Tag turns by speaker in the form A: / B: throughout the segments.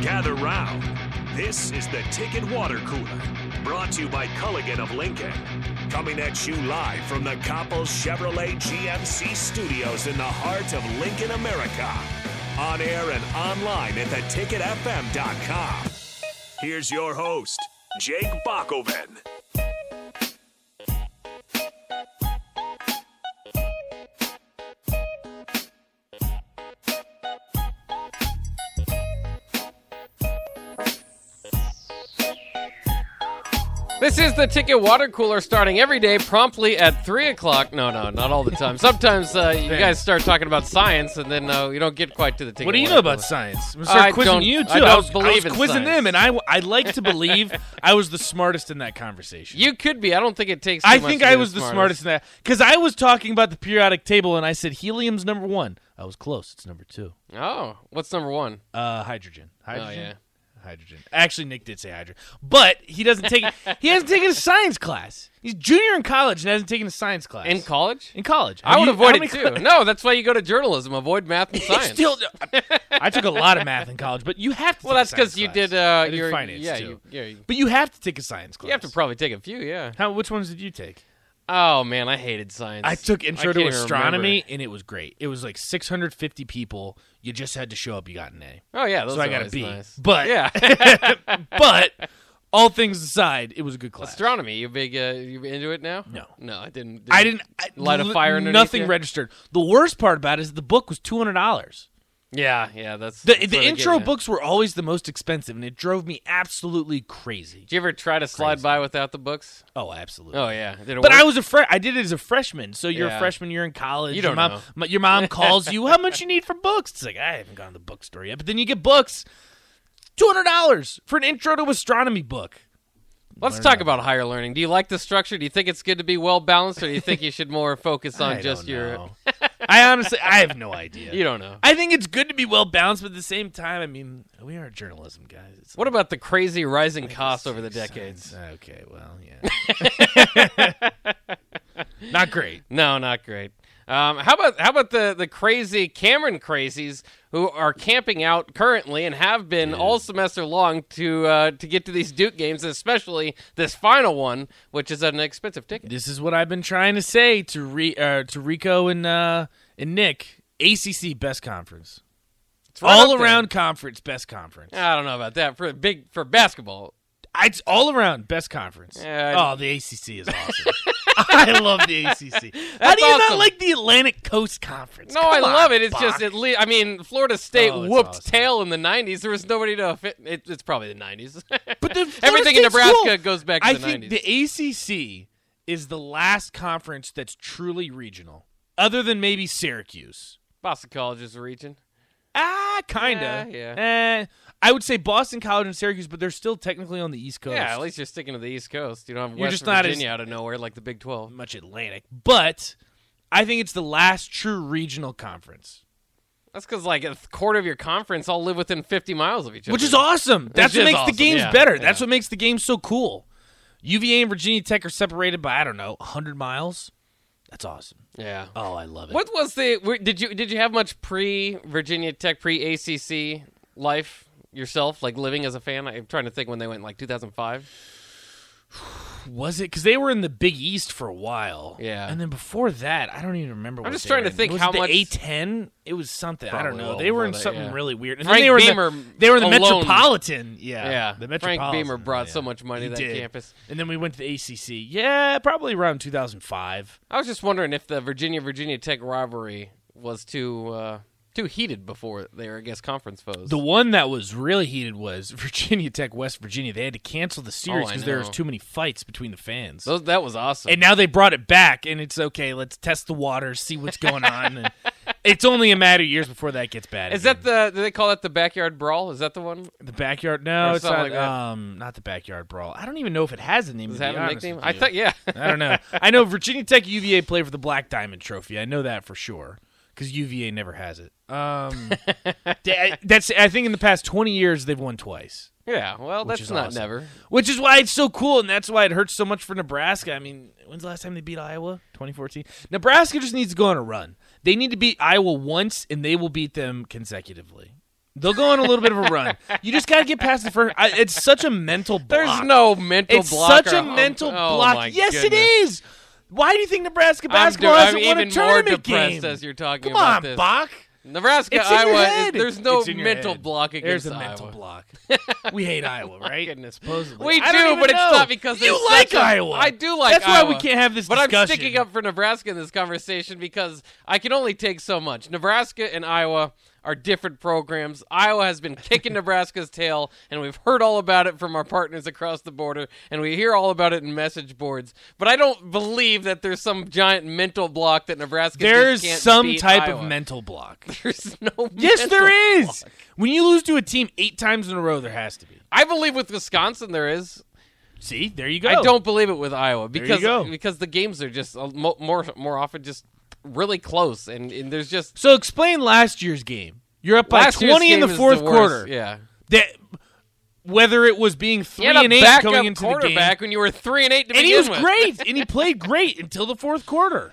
A: Gather round. This is the Ticket Water Cooler, brought to you by Culligan of Lincoln. Coming at you live from the Coppels Chevrolet GMC studios in the heart of Lincoln, America. On air and online at theticketfm.com. Here's your host, Jake Bakoven.
B: This is the ticket water cooler starting every day promptly at 3 o'clock. No, no, not all the time. Sometimes uh, you guys start talking about science and then uh, you don't get quite to the ticket
C: What do you
B: water
C: know about
B: cooler.
C: science? I'm gonna
B: I
C: start quizzing
B: don't-
C: you too.
B: I don't
C: was,
B: believe
C: was
B: in
C: quizzing
B: science.
C: them, and I, I like to believe I was the smartest in that conversation.
B: You could be. I don't think it takes too
C: I
B: much
C: think
B: to be
C: I was the smartest in that because I was talking about the periodic table, and I said helium's number one. I was close. It's number two.
B: Oh, what's number one?
C: Uh, hydrogen. Hydrogen.
B: Oh, yeah.
C: Hydrogen. Actually, Nick did say hydrogen, but he doesn't take. he hasn't taken a science class. He's junior in college and hasn't taken a science class
B: In college?
C: In college.
B: I would
C: You- how
B: avoid
C: many
B: it too.
C: cla-
B: No, that's why you go to journalism. Avoid math and science.
C: Still, I took a lot of math in college, but you have to.
B: well,
C: take a
B: that's because
C: science
B: you
C: class.
B: did.
C: I
B: Uh,
C: did
B: your,
C: finance
B: yeah,
C: too.
B: You, yeah, you,
C: But you have to take a science class.
B: you have to probably take a few. Yeah.
C: How? Which ones did you take?
B: Oh man, I hated science.
C: I took Intro to
B: can't even
C: Astronomy,
B: remember.
C: and it was great. It was like 650 people. You just had to show up. You got an A.
B: Oh yeah, those
C: so
B: are
C: I got a
B: always
C: B.
B: nice.
C: But
B: yeah,
C: but all things aside, it was a good class.
B: astronomy. You big? Uh, you into it now?
C: No.
B: no, I didn't.
C: I didn't I,
B: light a
C: li-
B: fire underneath
C: Nothing
B: you?
C: registered. The worst part about it is the book was two hundred dollars.
B: Yeah, yeah, that's
C: The,
B: that's what
C: the
B: I'm
C: intro
B: getting at.
C: books were always the most expensive, and it drove me absolutely crazy.
B: Did you ever try to slide by without the books?
C: Oh, absolutely.
B: Oh yeah, Did it
C: But
B: work?
C: I was a fre- I did it as a freshman. So you're
B: Yeah.
C: a freshman. You're in college.
B: You
C: your
B: don't
C: mom,
B: know.
C: m- your mom calls you. How much you need for books? It's like I haven't gone to the bookstore yet. But then you get books. Two hundred dollars for an intro to astronomy book.
B: Let's talk about higher learning. Do you like the structure? Do you think it's good to be well balanced, or do you think you should more focus on
C: I
B: just
C: don't
B: your?
C: know. I honestly, I have no idea.
B: You don't know.
C: I think it's good to be well balanced, but at the same time, I mean, we are journalism guys. It's
B: What about the crazy rising costs over the
C: science.
B: decades?
C: Okay, well, yeah. Not great.
B: No, not great. Um, how about how about the the crazy Cameron crazies who are camping out currently and have been all semester long to uh, to get to these Duke games, especially this final one, which is an expensive ticket.
C: This is what I've been trying to say to Re- uh, to Rico and uh, and Nick. ACC best conference,
B: It's right
C: all
B: up there.
C: around conference, best conference.
B: I don't know about that for big for basketball.
C: It's all around best conference.
B: Yeah, I-
C: oh, the ACC is awesome. I love the ACC. How
B: That's
C: do you
B: awesome.
C: not like the Atlantic Coast Conference?
B: No,
C: Come
B: I
C: on,
B: love it. It's just
C: Bach.
B: at least I mean Florida State
C: Oh, it's
B: whooped
C: awesome.
B: tail in the '90s. There was nobody to. Fit. It, it's probably the '90s.
C: But the
B: Everything in
C: Florida State's
B: Nebraska
C: cool.
B: goes back to
C: I
B: the
C: think
B: 90s.
C: the ACC is the last conference that's truly regional, other than maybe Syracuse.
B: Boston College is a region.
C: Ah, kinda.
B: Yeah,
C: Eh, I would say Boston College and Syracuse, but they're still technically on the East Coast.
B: Yeah, at least you're sticking to the East Coast. You don't have
C: You're
B: West
C: just not as-
B: Virginia out of nowhere like the Big Twelve.
C: much Atlantic. But I think it's the last true regional conference,
B: That's because like a th- quarter of your conference all live within 50 miles of each other.
C: which is awesome. That's
B: is
C: what makes
B: awesome,
C: the games
B: yeah,
C: better.
B: yeah.
C: That's what makes the game so cool. UVA and Virginia Tech are separated by I don't know 100 miles. That's awesome.
B: Yeah.
C: Oh, I love it.
B: What was the? were- Did you did you have much pre Virginia Tech pre ACC life yourself? Like living as a fan. I'm trying to think when they went like 2005.
C: was it? Because they were in the Big East for a while.
B: Yeah.
C: and then before that, I don't even remember. what
B: just
C: they
B: trying to
C: were in.
B: think
C: was
B: how
C: it the
B: much-
C: A10. It was something. I
B: Probably
C: don't know.
B: well
C: They were in
B: before that,
C: something
B: yeah.
C: really weird. And
B: Frank
C: then they were
B: Beamer
C: in the, they were in the
B: alone-
C: Metropolitan. Yeah,
B: Yeah.
C: the Metropolitan.
B: Frank Beamer brought
C: yeah.
B: so much money
C: He
B: to that
C: did.
B: campus.
C: And then we went to the ACC. Yeah, probably around 2005.
B: I was just wondering if the Virginia Virginia Tech rivalry was too uh, too heated before they were, I guess, conference foes.
C: The one that was really heated was Virginia Tech, West Virginia. They had to cancel the series
B: Oh, I
C: because there was
B: know.
C: too many fights between the fans.
B: Those, that was awesome.
C: and now they brought it back, and it's okay. Let's test the waters, see what's going on. And it's only a matter of years before that gets bad.
B: is
C: again.
B: that the? Do they call that the backyard brawl? Is that the one?
C: the backyard?
B: or
C: No, it's
B: something
C: not.
B: like that?
C: um, not the backyard brawl. I don't even know if it has a name.
B: Does
C: to
B: that
C: be
B: have a
C: honest
B: nickname?
C: with
B: I
C: you.
B: thought yeah.
C: I don't know. I know Virginia Tech UVA play for the Black Diamond Trophy. I know that for sure because UVA never has it. Um, th- that's I think in the past twenty years they've won twice,
B: yeah. Well,
C: Which
B: that's
C: is
B: not
C: awesome.
B: never.
C: which is why it's so cool and that's why it hurts so much for Nebraska. I mean, when's the last time they beat Iowa? Twenty fourteen. Nebraska just needs to go on a run. They need to beat Iowa once and they will beat them consecutively. They'll go on a little bit of a run. You just got to get past the first. I, it's such a mental block.
B: There's no mental
C: It's
B: block.
C: such
B: or
C: a
B: hump-
C: mental
B: Oh, my
C: block. Yes, it
B: goodness.
C: is. Why do you think Nebraska
B: I'm,
C: basketball
B: do- I'm
C: hasn't won
B: even
C: a
B: more
C: tournament
B: depressed
C: game?
B: as you're talking
C: Come
B: about
C: on,
B: this.
C: Bach.
B: Nebraska,
C: It's in your
B: Iowa. it-
C: head.
B: there's no
C: It's in your
B: mental
C: head.
B: block against
C: There's a
B: Iowa.
C: mental block. we hate Iowa, right?
B: goodness,
C: supposedly.
B: We
C: I don't
B: do,
C: even
B: but
C: know.
B: it's not because
C: you
B: there's
C: like
B: such a-
C: Iowa.
B: I do like.
C: That's why we
B: Iowa.
C: can't have this
B: But I'm
C: discussion.
B: sticking up for Nebraska in this conversation because I can only take so much. Nebraska and Iowa are different programs. Iowa has been kicking Nebraska's tail, and we've heard all about it from our partners across the border, and we hear all about it in message boards. But I don't believe that there's some giant mental block that Nebraska. just
C: There's
B: can't
C: some
B: beat
C: type
B: Iowa.
C: of mental block.
B: There's no.
C: Yes,
B: mental
C: there is.
B: block.
C: When you lose to a team eight times in a row, there has to be.
B: I believe with Wisconsin there is.
C: See, there you go.
B: I don't believe it with Iowa
C: you
B: because
C: go.
B: because the games are just uh, mo- more more often just really close and, and there's just
C: So explain last year's game. You're up by
B: last year's
C: 20 in the
B: game is
C: fourth
B: worst.
C: quarter.
B: Yeah,
C: That whether it was being three
B: you had
C: and
B: a
C: eight
B: backup
C: going into the game,
B: quarterback when you were three and eight to
C: and
B: begin
C: he was
B: with.
C: great, and he played great until the fourth quarter.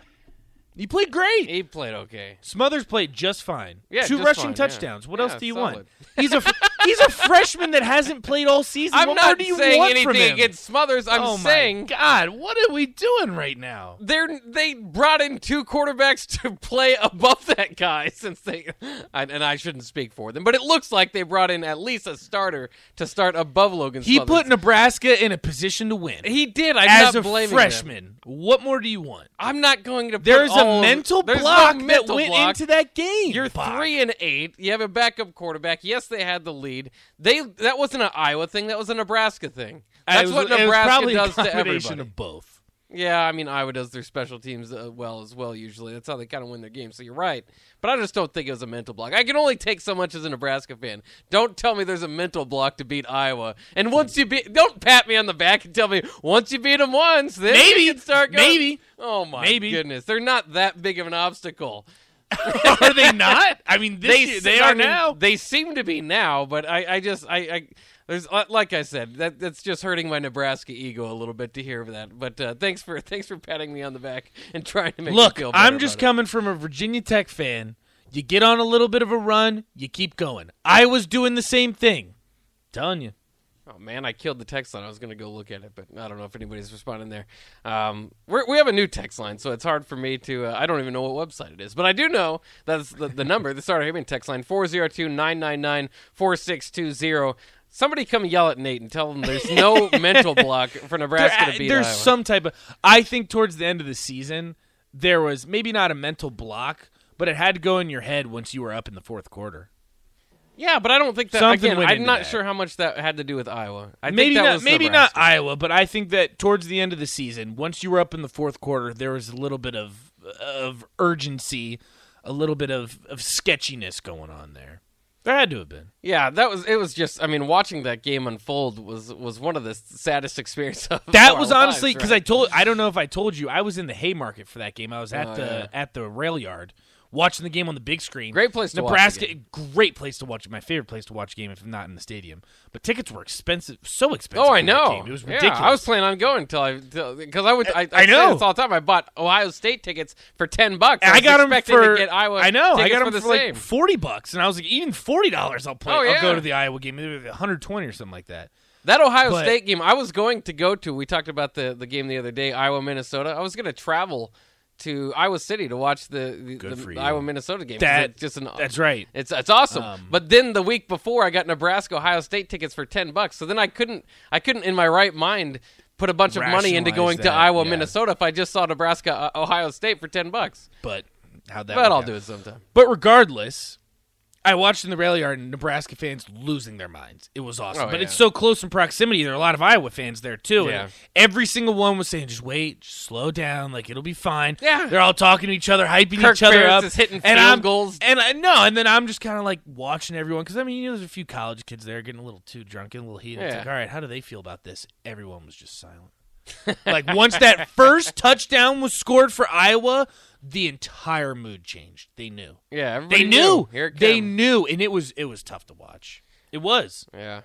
C: He played great.
B: He played okay.
C: Smothers played just fine.
B: Yeah,
C: two
B: just
C: rushing
B: fine, yeah.
C: touchdowns. What
B: Yeah,
C: else do you
B: solid.
C: want? He's a fr- he's a freshman that hasn't played all season.
B: I'm
C: what more
B: not
C: do you
B: saying
C: want from
B: anything
C: him?
B: against Smothers. I'm
C: oh
B: saying
C: my God, what are we doing right now?
B: they're they brought in two quarterbacks to play above that guy since they I, and I shouldn't speak for them, but it looks like they brought in at least a starter to start above Logan.
C: He
B: Smothers.
C: put Nebraska in a position to win
B: he did. I'm
C: as
B: not
C: a
B: blaming them.
C: freshman. What more do you want?
B: I'm not going to. Put
C: There's
B: all
C: a mental
B: there's no
C: block that
B: mental
C: went
B: block.
C: into that game.
B: You're
C: Fuck.
B: three and eight. You have a backup quarterback. Yes, they had the lead. They that wasn't an Iowa thing. That was a Nebraska thing.
C: And Uh, it
B: That's
C: was-
B: what
C: it was
B: Nebraska
C: probably a
B: does to
C: combination
B: everybody.
C: Of both.
B: Yeah, I mean Iowa does their special teams uh, well as well. Usually, that's how they kind of win their games. So you're right, but I just don't think it was a mental block. I can only take so much as a Nebraska fan. Don't tell me there's a mental block to beat Iowa. And once you beat, don't pat me on the back and tell me once you beat them once, then you
C: Maybe.
B: can start going.
C: Maybe.
B: Oh my
C: Maybe.
B: goodness, they're not that big of an obstacle.
C: are they not? I mean, this year- they
B: I
C: are
B: mean,
C: now.
B: They seem to be now, but I, I just I, I there's uh, like I said that that's just hurting my Nebraska ego a little bit to hear that. But uh, thanks for thanks for patting me on the back and trying to make
C: Look,
B: me feel better
C: I'm just
B: about
C: coming from a Virginia Tech fan. You get on a little bit of a run, you keep going. I was doing the same thing. Telling you.
B: it. Oh man, I killed the text line. I was gonna go look at it, but I don't know if anybody's responding there. Um, we're, we have a new text line, so it's hard for me to. Uh, I don't even know what website it is, but I do know that's the, the number. The Starter Heyman text line 402-999-4620. Somebody come yell at Nate and tell him there's no mental block for Nebraska to
C: There-
B: beat
C: there's
B: Iowa.
C: some type of. I think towards the end of the season, there was maybe not a mental block, but it had to go in your head once you were up in the fourth quarter.
B: Yeah, but I don't think that.
C: Something
B: again,
C: went
B: I'm
C: into
B: not
C: that.
B: sure how much that had to do with Iowa. I think
C: maybe
B: that
C: not.
B: was
C: maybe
B: Nebraska.
C: not Iowa, but I think that towards the end of the season, once you were up in the fourth quarter, there was a little bit of of urgency, a little bit of of sketchiness going on there. There had to have been.
B: Yeah, that was. It was just. I mean, watching that game unfold was was one of the saddest experiences. Of
C: That
B: our
C: was honestly
B: lives,
C: because
B: right?
C: I told I don't know if I told you I was in the Haymarket for that game. I was at
B: Oh,
C: the
B: yeah.
C: at the rail yard watching the game on the big screen.
B: Great place to watch the
C: Nebraska, great place to watch. My favorite place to watch a game if I'm not in the stadium. But tickets were expensive, so expensive.
B: Oh, I
C: for that
B: know.
C: game. It was
B: Yeah,
C: ridiculous.
B: I was planning on going until I because I would. I, I,
C: I
B: say
C: know.
B: this all the time. I bought Ohio State tickets for ten bucks.
C: And I,
B: was
C: got them
B: expecting
C: for
B: to get Iowa.
C: I know I
B: tickets
C: got them
B: for the
C: like
B: same.
C: forty bucks, and I was like, even forty dollars, I'll play.
B: Oh,
C: I'll go
B: yeah.
C: to the Iowa game, maybe one hundred twenty or something like that.
B: That Ohio
C: But-
B: State game, I was going to go to. We talked about the, the game the other day, Iowa Minnesota. I was going to travel to Iowa City to watch the the,
C: Good
B: the-
C: for
B: the
C: you.
B: Iowa Minnesota game. 'cause
C: That-
B: it's just an,
C: that's right.
B: It's it's awesome.
C: Um,
B: but then the week before, I got Nebraska Ohio State tickets for ten bucks. So then I couldn't I couldn't in my right mind put a bunch of money into
C: Rationalize
B: going to
C: that,
B: Iowa
C: yeah.
B: Minnesota if I just saw Nebraska uh, Ohio State for ten bucks.
C: But how that?
B: But I'll
C: work out.
B: do it sometime.
C: But regardless, I watched in the rail yard Nebraska fans losing their minds. It was awesome.
B: Oh,
C: but
B: yeah.
C: it's so close in proximity. There are a lot of Iowa fans there too.
B: Yeah.
C: And every single one was saying, just wait, just slow down, like it'll be fine.
B: Yeah.
C: They're all talking to each other, hyping
B: Kirk
C: each other
B: Ferentz
C: up.
B: is hitting
C: and
B: field
C: I'm,
B: goals.
C: And I no, and then I'm just kinda like watching everyone because I mean, you know, there's a few college kids there getting a little too drunk, getting a little heated. It's
B: Yeah.
C: like, all right, how do they feel about this? Everyone was just silent. like once that first touchdown was scored for Iowa, the entire mood changed. They knew
B: Yeah, everybody
C: they knew.
B: Here it
C: They
B: came.
C: knew, and it was it was tough to watch. It was.
B: Yeah.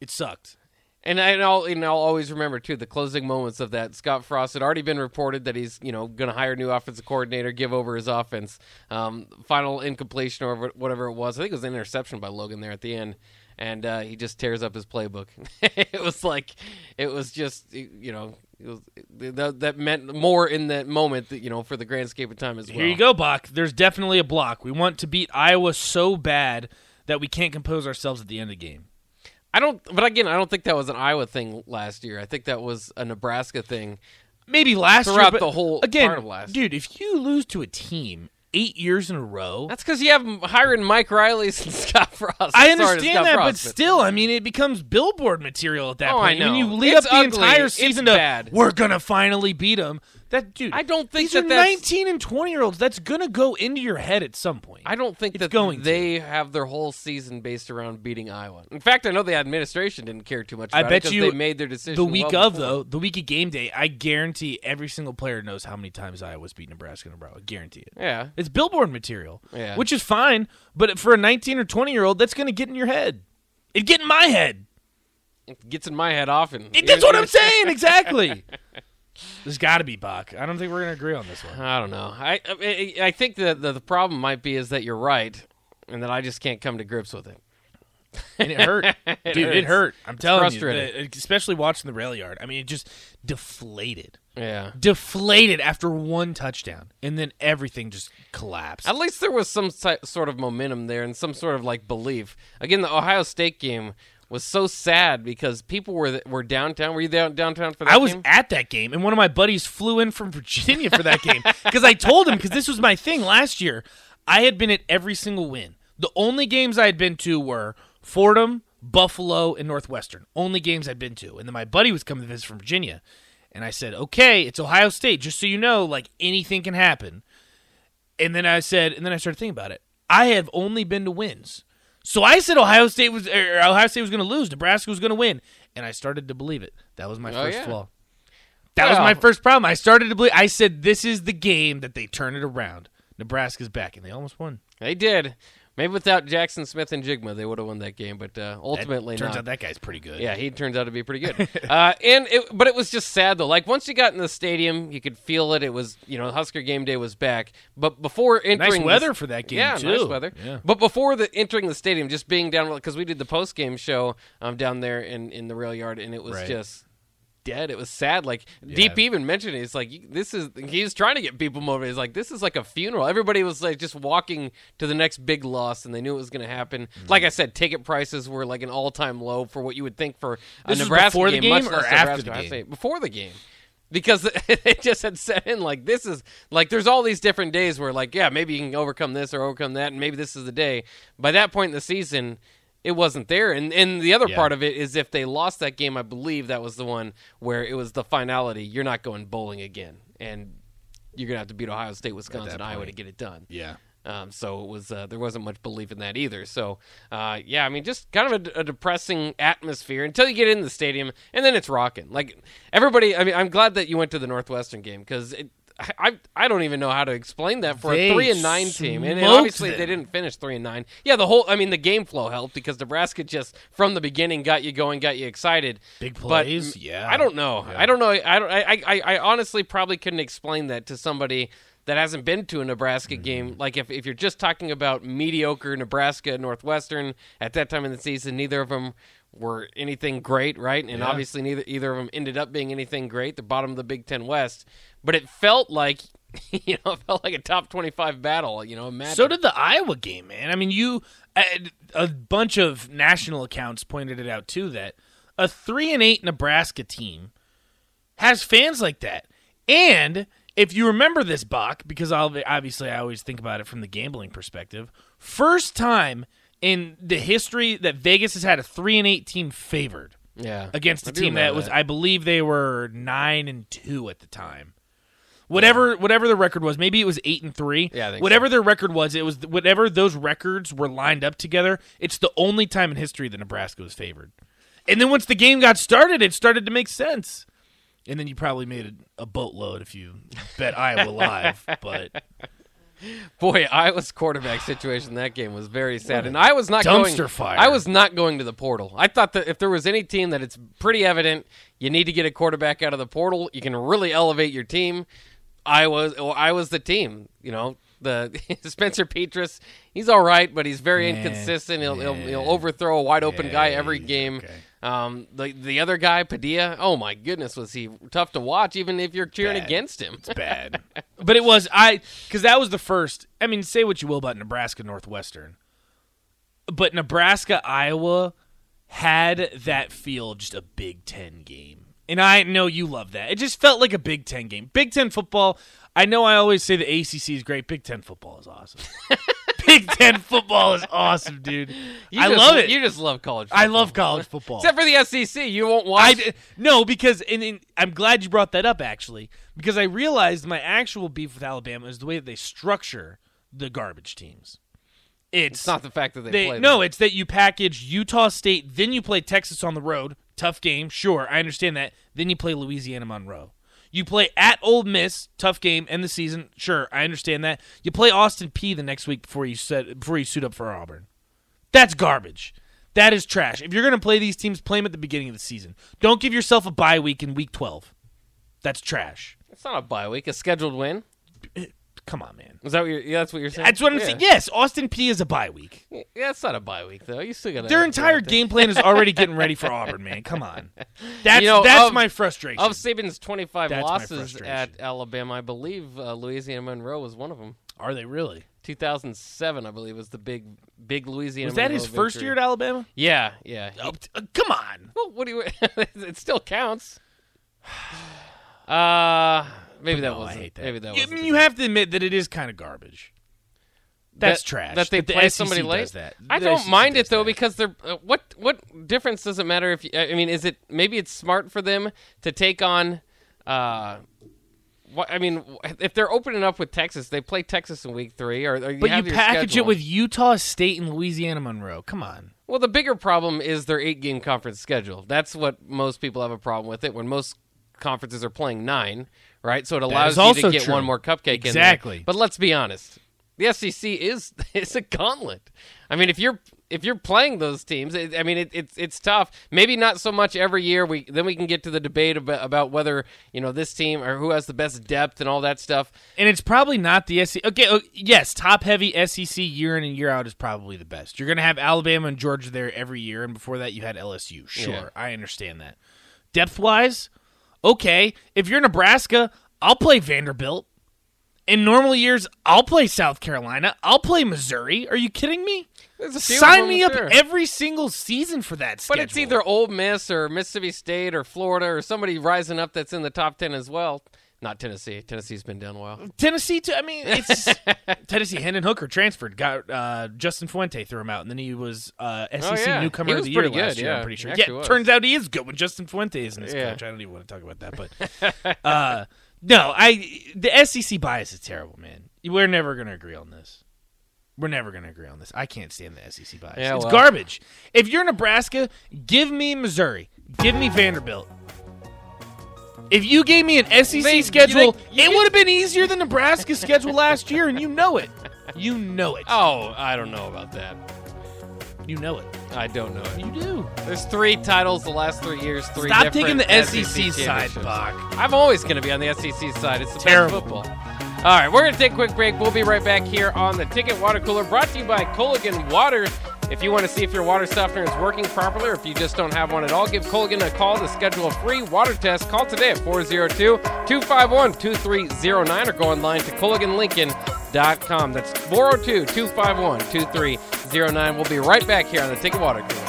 C: It sucked.
B: And, and I'll and I'll always remember too the closing moments of that. Scott Frost had already been reported that he's you know going to hire a new offensive coordinator, give over his offense. Um, final incompletion or wh- whatever it was. I think it was an interception by Logan there at the end, and uh, he just tears up his playbook. it was like it was just you know it was, that, that meant more in that moment that you know for the grand scape of time as well.
C: Here you go, Buck. There's definitely a block. We want to beat Iowa so bad that we can't compose ourselves at the end of the game.
B: I don't, but again, I don't think that was an Iowa thing last year. I think that was a Nebraska thing.
C: Maybe last year,
B: Throughout
C: but
B: the whole
C: again,
B: part of last
C: dude. If you lose to a team eight years in a row,
B: That's because you have m- hiring Mike Riley and Scott Frost.
C: I
B: Sorry to
C: understand
B: Scott
C: that,
B: Frost,
C: but still, I mean, it becomes billboard material at that
B: Oh, I
C: point. When
B: know.
C: you lead
B: It's
C: up the
B: ugly.
C: entire
B: It's
C: season to
B: bad.
C: we're gonna finally beat them. That dude,
B: I don't think
C: these
B: that
C: are
B: that's-
C: 19 and 20 year olds. That's gonna go into your head at some point.
B: I don't think
C: It's
B: that
C: going to.
B: they have their whole season based around beating Iowa. In fact, I know the administration didn't care too much.
C: I
B: About it
C: bet
B: 'cause they
C: you
B: made their decision
C: the week
B: well
C: of
B: before.
C: though, the week of game day, I guarantee every single player knows how many times Iowa's beat Nebraska in a row. I guarantee it.
B: Yeah,
C: It's billboard material,
B: Yeah.
C: which is fine, but for a 19 or 20 year old, that's going to get in your head. It get in my head.
B: it gets in my head often.
C: It, that's what I'm saying exactly. There's got to be Bach. I don't think we're going to agree on this one.
B: I don't know. I I, I think that the, the problem might be is that you're right, and that I just can't come to grips with it.
C: And it hurt, dude. It
B: hurts.
C: hurt. I'm telling you,
B: frustrating.
C: the- especially watching the rail yard. I mean, it just deflated,
B: Yeah.
C: deflated after one touchdown, and then everything just collapsed.
B: At least there was some si- sort of momentum there and some sort of like belief. Again, the Ohio State game was so sad because people were th- were downtown. Were you down, downtown for that
C: I was
B: game?
C: at that game, and one of my buddies flew in from Virginia for that game because I told him because this was my thing last year. I had been at every single win. The only games I had been to were Fordham, Buffalo, and Northwestern. Only games I'd been to. And then my buddy was coming to visit from Virginia, and I said, "Okay, it's Ohio State. Just so you know, like anything can happen." And then I said, and then I started thinking about it. I have only been to wins. So I said Ohio State was or Ohio State was going to lose, Nebraska was going to win, and I started to believe it. That was my
B: Oh,
C: first
B: yeah.
C: flaw. That was
B: Well-
C: my first problem. I started to believe. I said this is the game that they turn it around. Nebraska's back, and they almost won.
B: They did. Maybe without Jackson Smith and Jigma, they would have won that game. But uh,
C: That-
B: ultimately,
C: turns
B: not.
C: out that guy's pretty good.
B: Yeah, he turns out to be pretty good. uh, and it, but it was just sad though. Like once you got in the stadium, you could feel it. It was you know Husker game day was back. But before entering, the-
C: weather for that game,
B: Yeah,
C: too.
B: nice weather.
C: Yeah.
B: But before the entering the stadium, just being down because we did the post game show um, down there in in the rail yard, and it was
C: Right.
B: just. Dead. It was sad. Like Deep even mentioned it. It's like you- this is. He's trying to get people motivated. It's like this is like a funeral. Everybody was like just walking to the next big loss, and they knew it was going to happen.
C: Mm-hmm.
B: Like I said, ticket prices were like an all time low for what you would think for a
C: This was
B: Nebraska
C: before the
B: game, much
C: game
B: less
C: or after
B: Nebraska,
C: the
B: I'd
C: game?
B: say before the game because it just had set in like this is like there's all these different days where like yeah maybe you can overcome this or overcome that and maybe this is the day by that point in the season it wasn't there and and the other
C: Yeah.
B: part of it is if they lost that game i believe that was the one where it was the finality you're not going bowling again and you're gonna have to beat ohio state wisconsin and iowa to get it done
C: yeah.
B: um, so it was uh, there wasn't much belief in that either. So uh, yeah, I mean, just kind of a, a depressing atmosphere until you get in the stadium, and then it's rocking. Like everybody, I mean, I'm glad that you went to the Northwestern game because I, I I don't even know how to explain that for
C: They
B: a three and nine team, and, and
C: smoked
B: obviously
C: them.
B: they didn't finish three and nine. Yeah, the whole I mean, the game flow helped because Nebraska just from the beginning got you going, got you excited.
C: Big
B: But,
C: plays,
B: mm,
C: yeah.
B: I don't know. I don't know. I don't. I, I. I honestly probably couldn't explain that to somebody that hasn't been to a Nebraska
C: Mm-hmm.
B: game. Like if, if you're just talking about mediocre Nebraska Northwestern at that time in the season, neither of them were anything great, right? And obviously neither either of them ended up being anything great. The bottom of the Big Ten West, but it felt like. You know, it felt like a top twenty-five battle. You know, a match.
C: So did the Iowa game, man. I mean, you a- a bunch of national accounts pointed it out too that a three and eight Nebraska team has fans like that. And if you remember this, Bach, because I'll, obviously I always think about it from the gambling perspective. First time in the history that Vegas has had a three and eight team favored
B: yeah
C: against
B: I
C: a
B: do
C: team that
B: remember
C: was I believe they were nine and two at the time. Whatever whatever their record was, maybe it was eight and three.
B: Yeah, I think
C: whatever their record was, it was whatever those records were lined up together. It's the only time in history that Nebraska was favored. And then once the game got started, it started to make sense. And then you probably made a, a boatload if you bet Iowa live, but
B: Boy, Iowa's quarterback situation in that game was very sad, and I was not
C: dumpster
B: going,
C: fire.
B: I was not going to the portal. I thought that if there was any team that it's pretty evident you need to get a quarterback out of the portal, you can really elevate your team. Iowa, well, Iowa's the team. You know, the Spencer Petras, he's all right, but he's very inconsistent. He'll, he'll he'll overthrow a wide open guy every game. Um, the the other guy Padilla, oh my goodness, was he tough to watch? Even if you're cheering
C: bad.
B: against him,
C: bad. but it was I because that was the first. I mean, say what you will about Nebraska Northwestern, but Nebraska Iowa had that feel just a Big Ten game, and I know you love that. It just felt like a Big Ten game. Big Ten football. I know I always say the ACC is great. Big Ten football is awesome. Big Ten football is awesome, dude.
B: You
C: I
B: just-
C: love it.
B: You just love college. Football.
C: I love college football.
B: Except for the
C: E
B: SEC, you won't
C: I
B: watch.
C: d- no, because and, and I'm glad you brought that up actually, because I realized my actual beef with Alabama is the way that they structure the garbage teams. It's,
B: it's not the fact that they,
C: they
B: play.
C: no,
B: them.
C: it's that you package Utah State, then you play Texas on the road, tough game, sure, I understand that. Then you play Louisiana Monroe. You play at Old Miss, tough game, end the season, sure, I understand that. You play Austin P the next week before you set before you suit up for Auburn. That's garbage. That is trash. If you're going to play these teams, play them at the beginning of the season. Don't give yourself a bye week in week 12. That's trash.
B: it's not a bye week. A scheduled win.
C: Come on, man.
B: Is that what you're? Yeah, that's what you're saying.
C: That's what I'm
B: yeah.
C: saying. Yes, Austin P is a bye week.
B: Yeah, that's not a bye week though. You still got
C: Their entire game plan is already getting ready for Auburn, man. Come on. That's
B: know,
C: that's
B: of-
C: my frustration.
B: Of Saban's 25
C: That's my
B: losses
C: frustration.
B: at Alabama, I believe uh, Louisiana Monroe was one of them.
C: Are they really?
B: 2007, I believe, was the big, big Louisiana.
C: Was that
B: Monroe
C: his first
B: victory.
C: year at Alabama?
B: Yeah, yeah.
C: Oh, t- uh, come on.
B: Well, what do you? it still counts. Uh maybe that
C: No,
B: wasn't.
C: Oh, I hate that.
B: Maybe that
C: you,
B: wasn't.
C: you have to admit that it is kind of garbage. That's
B: that-
C: trash.
B: That they
C: That the
B: play
C: SEC
B: somebody
C: does
B: late.
C: that.
B: I
C: The
B: don't
C: SEC
B: mind it
C: does
B: though
C: that.
B: because they're uh, what what difference does it matter if you, I mean is it maybe it's smart for them to take on. Uh, what, I mean, if they're opening up with Texas, they play Texas in week three, or, or you
C: But you,
B: have your
C: package
B: schedule.
C: it with Utah State and Louisiana Monroe. Come on.
B: Well, the bigger problem is their eight game conference schedule. That's what most people have a problem with it when most conferences are playing nine, right? So it allows
C: is
B: you to
C: also
B: get
C: true.
B: one more cupcake in there.
C: Exactly.
B: But let's be honest. The SEC is it's a gauntlet. I mean, if you're if you're playing those teams, it, I mean, it, it's it's tough. Maybe not so much every year. We then we can get to the debate about, about whether you know this team or who has the best depth and all that stuff.
C: And it's probably not the SEC. Okay, oh, yes, top heavy SEC year in and year out is probably the best. You're going to have Alabama and Georgia there every year, and before that, you had LSU. Sure,
B: Yeah.
C: I understand that. Depth wise, okay. If you're Nebraska, I'll play Vanderbilt. In normal years, I'll play South Carolina. I'll play Missouri. Are you kidding me?
B: There's a few of
C: Sign
B: them,
C: me up
B: sure.
C: every single season for that.
B: But
C: Schedule.
B: it's either Ole Miss or Mississippi State or Florida or somebody rising up that's in the top ten as well. Not Tennessee. Tennessee's been down well.
C: Tennessee. Too, I mean, it's Tennessee. Hendon Hooker transferred. Got uh, Justin Fuente threw him out, and then he was uh, SEC
B: Oh, yeah.
C: newcomer
B: He
C: of
B: was
C: the year
B: pretty good,
C: last year.
B: yeah.
C: I'm pretty sure.
B: He actually
C: yeah,
B: was.
C: turns out he is good when Justin Fuente isn't his
B: Yeah.
C: coach. I don't even want to talk about that, but uh, no, I the SEC bias is terrible, man. We're never going to agree on this. We're never going to agree on this. I can't stand the SEC bias.
B: Yeah,
C: it's
B: well.
C: garbage. If you're Nebraska, give me Missouri. Give me Vanderbilt. If you gave me an SEC
B: They-
C: schedule,
B: they-
C: it would have been easier than Nebraska's schedule last year, and you know it. You know it.
B: Oh, I don't know about that.
C: You know it.
B: I don't know.
C: You do.
B: There's three titles the last three years. Three.
C: Stop taking
B: different E
C: the E SEC, side,
B: championships.
C: Bach.
B: I'm always going to be on the SEC side. It's the
C: Terrible.
B: best football. All right, we're going to take a quick break. We'll be right back here on the Ticket Water Cooler, brought to you by Culligan Water. If you want to see if your water softener is working properly or if you just don't have one at all, give Culligan a call to schedule a free water test. Call today at 402 251 2309 or go online to oh CulliganLincoln.com. That's 402 251 2309. We'll be right back here on the Ticket Water Cooler.